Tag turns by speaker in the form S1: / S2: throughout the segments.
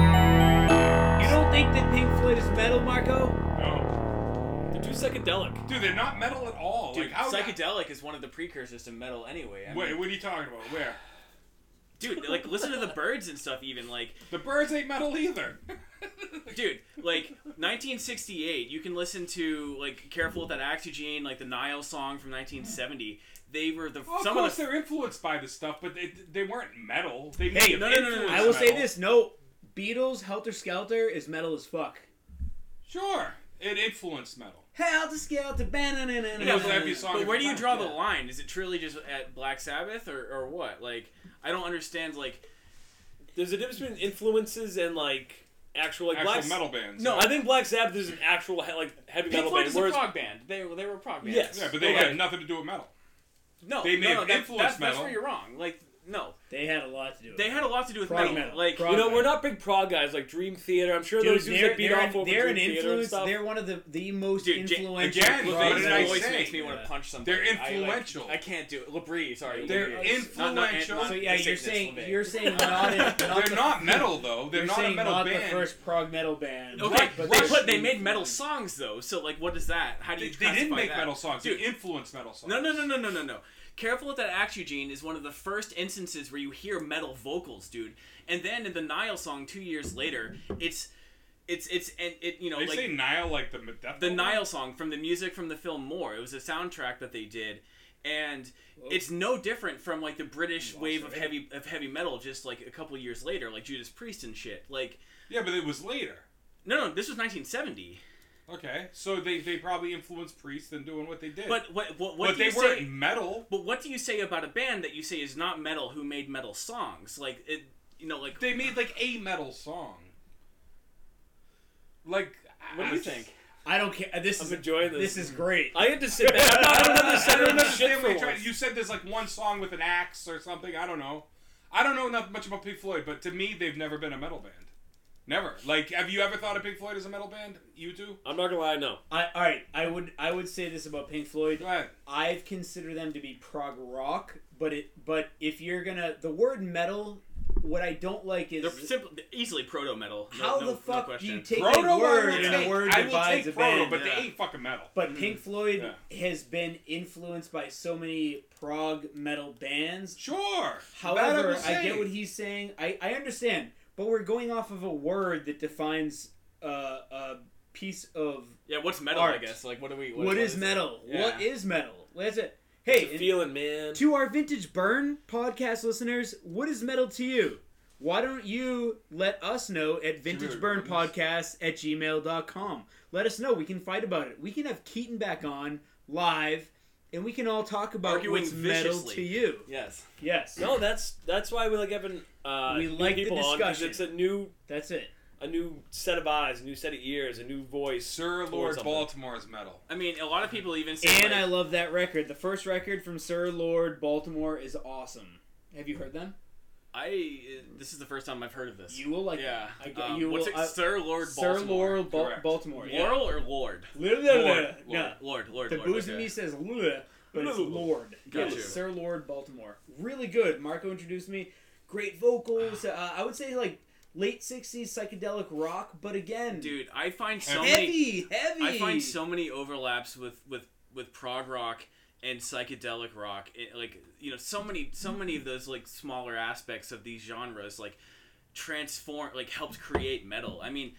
S1: You don't think that Pink Floyd is metal, Marco?
S2: No.
S3: They're too psychedelic.
S2: Dude, they're not metal at all.
S3: Dude,
S2: like, how.
S3: psychedelic is one of the precursors to metal anyway. I mean,
S2: Wait, what are you talking about? Where?
S3: dude, like listen to the birds and stuff. Even like,
S2: The birds ain't metal either.
S3: dude, like 1968. You can listen to like "Careful with That Oxygen," like the Nile song from 1970 They were the
S2: Well, of
S3: some
S2: course,
S3: of the
S2: they're influenced by this stuff, but they, they weren't metal. They may
S1: Hey,
S2: have
S3: no, no, no, no, no.
S2: influenced
S1: I will say
S2: metal.
S1: this: no, Beatles Helter Skelter is metal as fuck.
S2: Sure, it influenced metal.
S1: Helter Skelter, banana.
S2: It was the heaviest song
S3: But
S2: of
S3: where
S2: the
S3: do you
S2: time,
S3: draw
S2: yeah.
S3: the line? Is it truly just at Black Sabbath or, or what? Like, I don't understand. Like,
S4: There's a difference between influences and like actual like
S2: Actual
S4: Black
S2: metal bands.
S4: No, I think Black Sabbath is an actual he- like heavy
S3: Pink
S4: metal
S3: Floyd
S4: band.
S3: is a
S4: whereas
S3: prog band. They, they were a prog band.
S4: Yes. Oh,
S2: Yeah, but they
S4: Okay.
S2: had nothing to do with metal.
S3: No,
S2: They may
S3: no,
S2: have
S3: no, that-
S2: influenced
S3: that's, that's
S2: metal.
S3: where you're wrong. Like, no,
S1: They had a lot to do. With
S3: they had a lot to do with
S1: Prog
S3: metal.
S1: metal.
S3: Like,
S1: Prog-
S4: you know, we're not big prog guys like Dream Theater. I'm sure
S1: Dude,
S4: those dudes
S1: they're,
S4: that beat
S1: they're
S4: off
S1: an,
S4: over
S1: they're an
S4: Dream Theater and
S1: influence.
S4: stuff.
S1: They're one of the the most
S3: Dude, Ja-
S1: influential.
S2: again,
S1: prog
S2: what
S3: LeBree's
S2: did
S1: bands.
S2: I
S3: voice
S2: say?
S3: makes me want
S1: Yeah.
S3: to punch something.
S2: They're
S3: I, like,
S2: influential.
S3: I, can't do it. Labrie, sorry.
S2: They're
S3: Labree. Not- not-
S2: influential.
S3: not-
S1: So yeah, you're
S3: sickness,
S1: saying
S3: LeBay.
S1: you're saying not a, not the,
S2: They're not metal though. They're
S1: you're
S2: not a
S1: saying
S2: metal
S1: not
S2: band.
S1: the first prog metal band.
S3: Okay,
S2: Right,
S3: but
S2: right.
S3: they put they
S1: should-
S3: made metal songs though. So like, what is that? How do
S2: they,
S3: you?
S2: they didn't
S3: classify
S2: make
S3: that?
S2: metal songs.
S3: Dude,
S2: They influenced metal songs.
S3: No, no, no, no, no, no, no. Careful with that Axe Eugene is one of the first instances where you hear metal vocals, dude. And then in the Nile song, two years later, it's it's it's and it you know
S2: They
S3: like
S2: say Nile like the death
S3: the
S2: metal?
S3: Nile song from the music from the film More. It was a soundtrack that they did, and it's no different from like the British wave of heavy of heavy metal just like a couple years later, like Judas Priest and shit. Like
S2: Yeah, but it was later.
S3: no, no, this was 1970.
S2: Okay, so they, they probably influenced Priest in doing what they did.
S3: But what what what
S2: but
S3: do
S2: they
S3: you
S2: weren't
S3: say?
S2: metal.
S3: But what do you say about a band that you say is not metal who made metal songs? Like it, you know, like
S2: They made like a metal song. Like
S4: What do you think?
S1: I don't care. This
S4: I'm
S1: is
S4: enjoying this.
S1: this is great.
S4: I had to sit back. I'm not, I don't
S2: I
S4: understand,
S2: don't
S4: shit
S2: understand
S4: for
S2: what you tried.
S4: once.
S2: You said there's like one song with an axe or something. I don't know. I don't know enough much about Pink Floyd, but to me, they've never been a metal band. Never. Like, have you ever thought of Pink Floyd as a metal band? You two?
S4: I'm not gonna lie, no.
S1: I, all right, I would I would say this about Pink Floyd.
S2: Go ahead.
S1: I've considered them to be prog rock, but it but if you're gonna the word metal, what I don't like is
S3: they're simple, they're easily proto metal. No,
S1: how
S3: no-
S1: the
S3: no
S1: fuck do
S3: question.
S1: you take
S2: Proto,
S1: a word
S2: I will
S1: and
S2: take.
S1: a word
S2: I will
S1: divides
S2: take
S1: a band?
S2: Proto, but
S3: yeah.
S2: they ain't fucking metal.
S1: But Pink Floyd has been influenced by so many prog metal bands.
S2: Sure. That
S1: However,
S2: was
S1: I get
S2: saying.
S1: what he's saying. I, I understand, but we're going off of a word that defines uh, a piece of
S3: Yeah, what's metal?
S1: Art.
S3: I guess. Like, what do we?
S1: what is,
S3: it?
S1: metal.
S3: Yeah.
S1: What is metal? That's it. Hey,
S4: It's a
S1: and-
S4: feeling, man.
S1: to our Vintage Burn podcast listeners, what is metal to you? Why don't you let us know at vintageburnpodcast at gmail.com? Let us know. We can fight about it. We can have Keaton back on live and we can all talk about
S3: Arguing
S1: what's metal
S3: viciously.
S1: to you.
S3: Yes.
S1: Yes.
S4: No, that's that's why we like having uh,
S1: We
S4: new
S1: like the
S4: people on 'cause
S1: discussion.
S4: it's a new
S1: That's it.
S4: a new set of eyes, a new set of ears, a new voice.
S2: Sir
S4: towards
S2: Lord
S4: something.
S2: Baltimore is metal.
S3: I mean, a lot of people even say.
S1: And
S3: like,
S1: I love that record. The first record from Sir Lord Baltimore is awesome. Have you heard them?
S3: I- uh, This is the first time I've heard of this.
S1: You will like
S3: yeah.
S1: I get-
S3: um,
S1: you
S3: what's
S1: will-
S3: it?
S1: I-
S3: Sir Lord
S1: Sir
S3: Baltimore.
S1: Lord Bal-
S2: Correct.
S1: Baltimore. Yeah.
S3: Laurel or Lord?
S1: Lord.
S2: Lord.
S3: Lord. Lord.
S1: The
S3: Lord.
S1: booze in
S3: okay.
S1: me says Lula, but it's
S4: Lula.
S1: Lord.
S3: Got
S1: Yeah,
S3: you.
S1: Sir Lord Baltimore. Really good. Marco introduced me. Great vocals. Uh, I would say like late 60s psychedelic rock, but again,
S3: Dude, I find so
S2: Heavy.
S3: many.
S1: heavy, heavy.
S3: I find so many overlaps with with with prog rock and psychedelic rock. It, like you know, so many so many of those like smaller aspects of these genres like transform like helped create metal. I mean,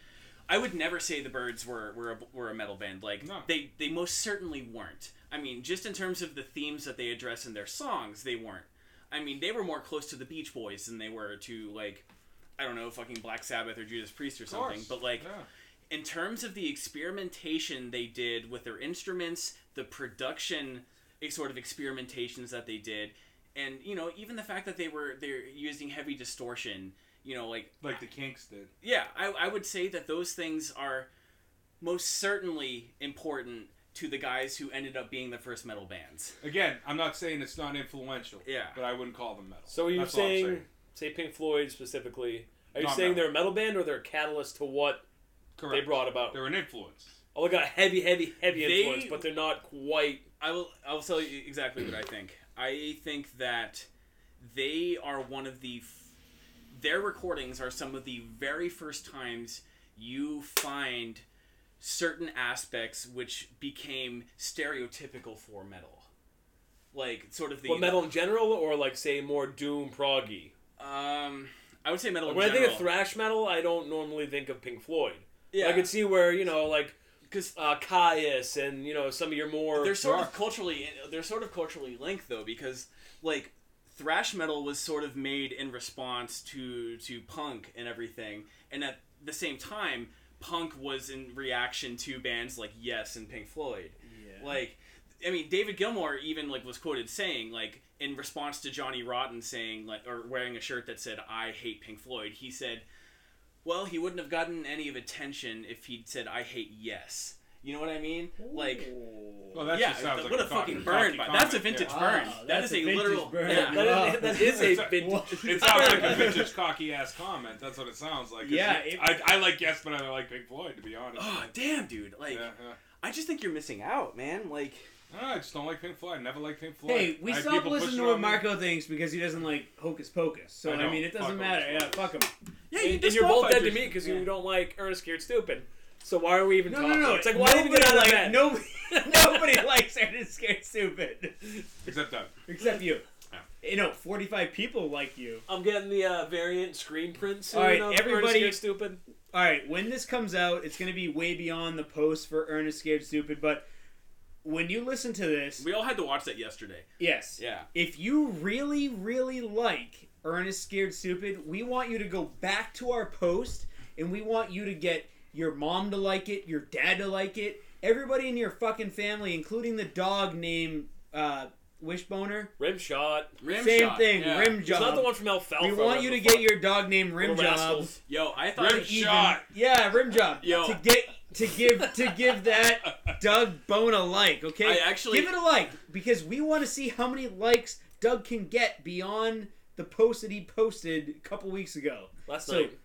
S3: I would never say the Birds were were a, were a metal band. Like
S2: No.
S3: they they most certainly weren't. I mean, just in terms of the themes that they address in their songs, they weren't. I mean, they were more close to the Beach Boys than they were to like I don't know, fucking Black Sabbath or Judas Priest or
S2: Of course.
S3: something. But like
S2: Yeah.
S3: in terms of the experimentation they did with their instruments, the production eh, sort of experimentations that they did, and you know even the fact that they were they're using heavy distortion, you know, like
S2: Like the Kinks did.
S3: yeah, I, I would say that those things are most certainly important to the guys who ended up being the first metal bands.
S2: Again, I'm not saying it's not influential.
S3: Yeah.
S2: But I wouldn't call them metal.
S4: So are you
S2: That's all I'm
S4: saying, say Pink Floyd specifically? Are you
S2: Not
S4: saying
S2: metal.
S4: they're a metal band or they're a catalyst to what
S2: Correct.
S4: they brought about?
S2: They're an influence.
S4: Oh, they got heavy, heavy, heavy
S3: They-
S4: influence, but they're not quite.
S3: I will I will tell you exactly what I think. I think that they are one of the f- their recordings are some of the very first times you find certain aspects which became stereotypical for metal. Like sort of the
S4: Well, metal in general, or like say more doom proggy.
S3: Um, I would say metal. in
S4: when I
S3: general.
S4: think of thrash metal, I don't normally think of Pink Floyd.
S3: yeah,
S4: I could see where you know like
S3: because
S4: uh, Caius and you know some of your more
S3: they're sort of
S4: rock-
S3: culturally they're sort of culturally linked though because like thrash metal was sort of made in response to to punk and everything and at the same time punk was in reaction to bands like yes and pink floyd
S1: Yeah.
S3: like i mean david gilmour even like was quoted saying like in response to johnny rotten saying like or wearing a shirt that said i hate pink floyd he said well he wouldn't have gotten any of attention if he'd said i hate yes you know what i mean like
S2: Well, that
S3: yeah,
S2: just sounds
S3: th-
S2: like
S3: what a,
S2: cocky-
S3: fucking
S2: cocky
S3: burn! But that's a
S2: comment,
S3: vintage
S1: yeah.
S3: burn.
S1: Wow,
S3: that
S1: that's
S3: is
S1: a
S3: a
S1: vintage
S3: literal.
S1: burn.
S3: Yeah.
S1: That-
S4: that, is, that is a
S2: It's a-
S4: vintage.
S2: yeah. It sounds like a vintage cocky ass comment. That's what it sounds like. It's
S1: Yeah,
S2: just-
S1: it-
S2: I, I like yes, but I don't like Pink Floyd to be honest.
S3: oh damn, dude! Like,
S2: yeah, yeah.
S3: I just think you're missing out, man. Like,
S2: I, don't know, I just don't like Pink Floyd. I never liked Pink Floyd.
S1: Hey, we
S2: I had
S1: stopped
S2: people
S1: listening
S2: pushing
S1: to what
S2: on me.
S1: Marco thinks because he doesn't like Hocus Pocus. So
S2: I
S1: I,
S2: know.
S1: mean, it doesn't
S2: Fuck
S1: matter.
S2: Hocus
S1: Yeah, fuck him.
S3: yeah,
S4: And,
S3: you
S4: and you're both dead to
S3: disqualified
S4: me because
S1: Yeah.
S4: you don't like Ernest Scared Stupid. So why are we even
S1: No, no,
S4: talking?
S1: no.
S4: It's like why did we get out of bed?
S1: nobody, nobody likes Ernest Scared Stupid
S2: Except that.
S1: except you.
S3: Oh.
S2: Yeah.
S1: You know, forty-five people like you.
S4: I'm getting the uh, variant screen print soon.
S1: All right,
S4: of
S1: everybody-
S4: Ernest Scared Stupid.
S1: All right, when this comes out, it's going to be way beyond the post for Ernest Scared Stupid. But when you listen to this,
S3: We all had to watch that yesterday.
S1: yes,
S3: Yeah.
S1: if you really, really like Ernest Scared Stupid, we want you to go back to our post and we want you to get your mom to like it, your dad to like it, everybody in your fucking family, including the dog named uh, Wishboner.
S4: Rim shot.
S3: Rim
S1: Same
S3: shot,
S1: thing,
S3: yeah.
S1: rim
S4: It's not
S1: job.
S4: the one from Alfalfa.
S1: We want you to
S4: what
S1: get
S4: the
S1: your dog named Rim
S4: Little
S1: Job.
S4: rascals.
S3: Yo, I thought
S2: Rim
S3: even-
S2: shot.
S1: Yeah, rim job.
S3: Yo.
S1: To get to give to give that Doug Bone a like, okay?
S3: I actually-
S1: give it a like because we want to see how many likes Doug can get beyond the post that he posted a couple weeks ago.
S4: fuck. Last
S1: So-
S4: night.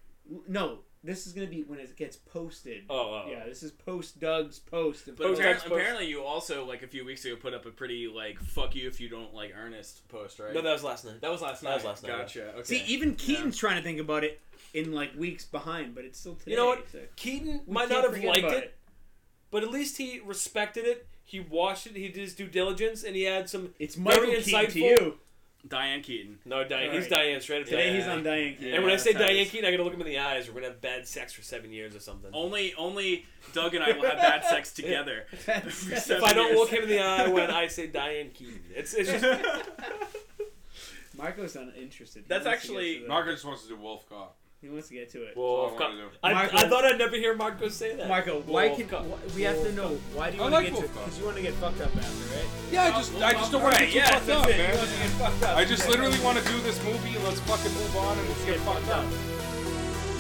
S1: No, this is gonna be when it gets posted.
S4: Oh, oh, oh.
S1: Yeah, this is post Doug's post.
S3: But
S4: Post,
S3: apparently,
S4: post, post.
S3: apparently, you also like a few weeks ago put up a pretty like "fuck you if you don't like Ernest" post, right?
S4: No, that was last night.
S3: That was last
S4: That
S3: night.
S4: was last night,
S3: Gotcha. Okay.
S1: See, e even Keaton's trying to think about it in like weeks behind, but it's still today.
S4: You know what?
S1: so
S4: Keaton
S1: we
S4: might
S1: can't
S4: not have
S1: forget
S4: liked it,
S1: about
S4: but at least he respected it. He watched it. He did his due diligence, and he had some.
S1: It's Michael
S4: Very
S1: Keaton to
S4: insightful.
S1: you.
S3: Diane Keaton.
S4: No, Diane. He's
S1: All right.
S4: Diane straight up.
S1: Today
S4: Diane.
S1: he's on Diane Keaton.
S3: Yeah.
S4: And when I say
S3: that's how it
S4: Diane
S3: is.
S4: Keaton, I gotta look him in the eyes. We're gonna have bad sex for seven years or something.
S3: Only, only Doug and I will have bad sex together.
S4: if I don't
S3: years.
S4: look him in the eye when I say Diane Keaton, it's, it's just
S1: Marco's not interested. He
S3: That's
S1: wants to get
S3: actually-
S1: to the-
S2: Marco just wants to do Wolf Cop.
S1: He wants to get to it.
S2: all I
S4: Wolf.
S2: wanna do.
S4: I,
S1: Marco-
S4: I thought I'd never hear Marco say that.
S1: Marco, why
S4: Wolf
S1: can
S4: Cop.
S1: wh- we have to know why do you
S2: I
S1: want
S2: like
S1: to get to
S2: Wolf Cop.
S1: because you want to get fucked up after, right?
S2: Yeah, I just, I just don't want to
S3: Right,
S2: get
S3: yeah,
S2: too
S3: that's
S2: fucked up,
S3: it.
S2: man.
S1: You get fucked up.
S2: I just literally want to do this movie and let's fucking move on and let's get fucked up.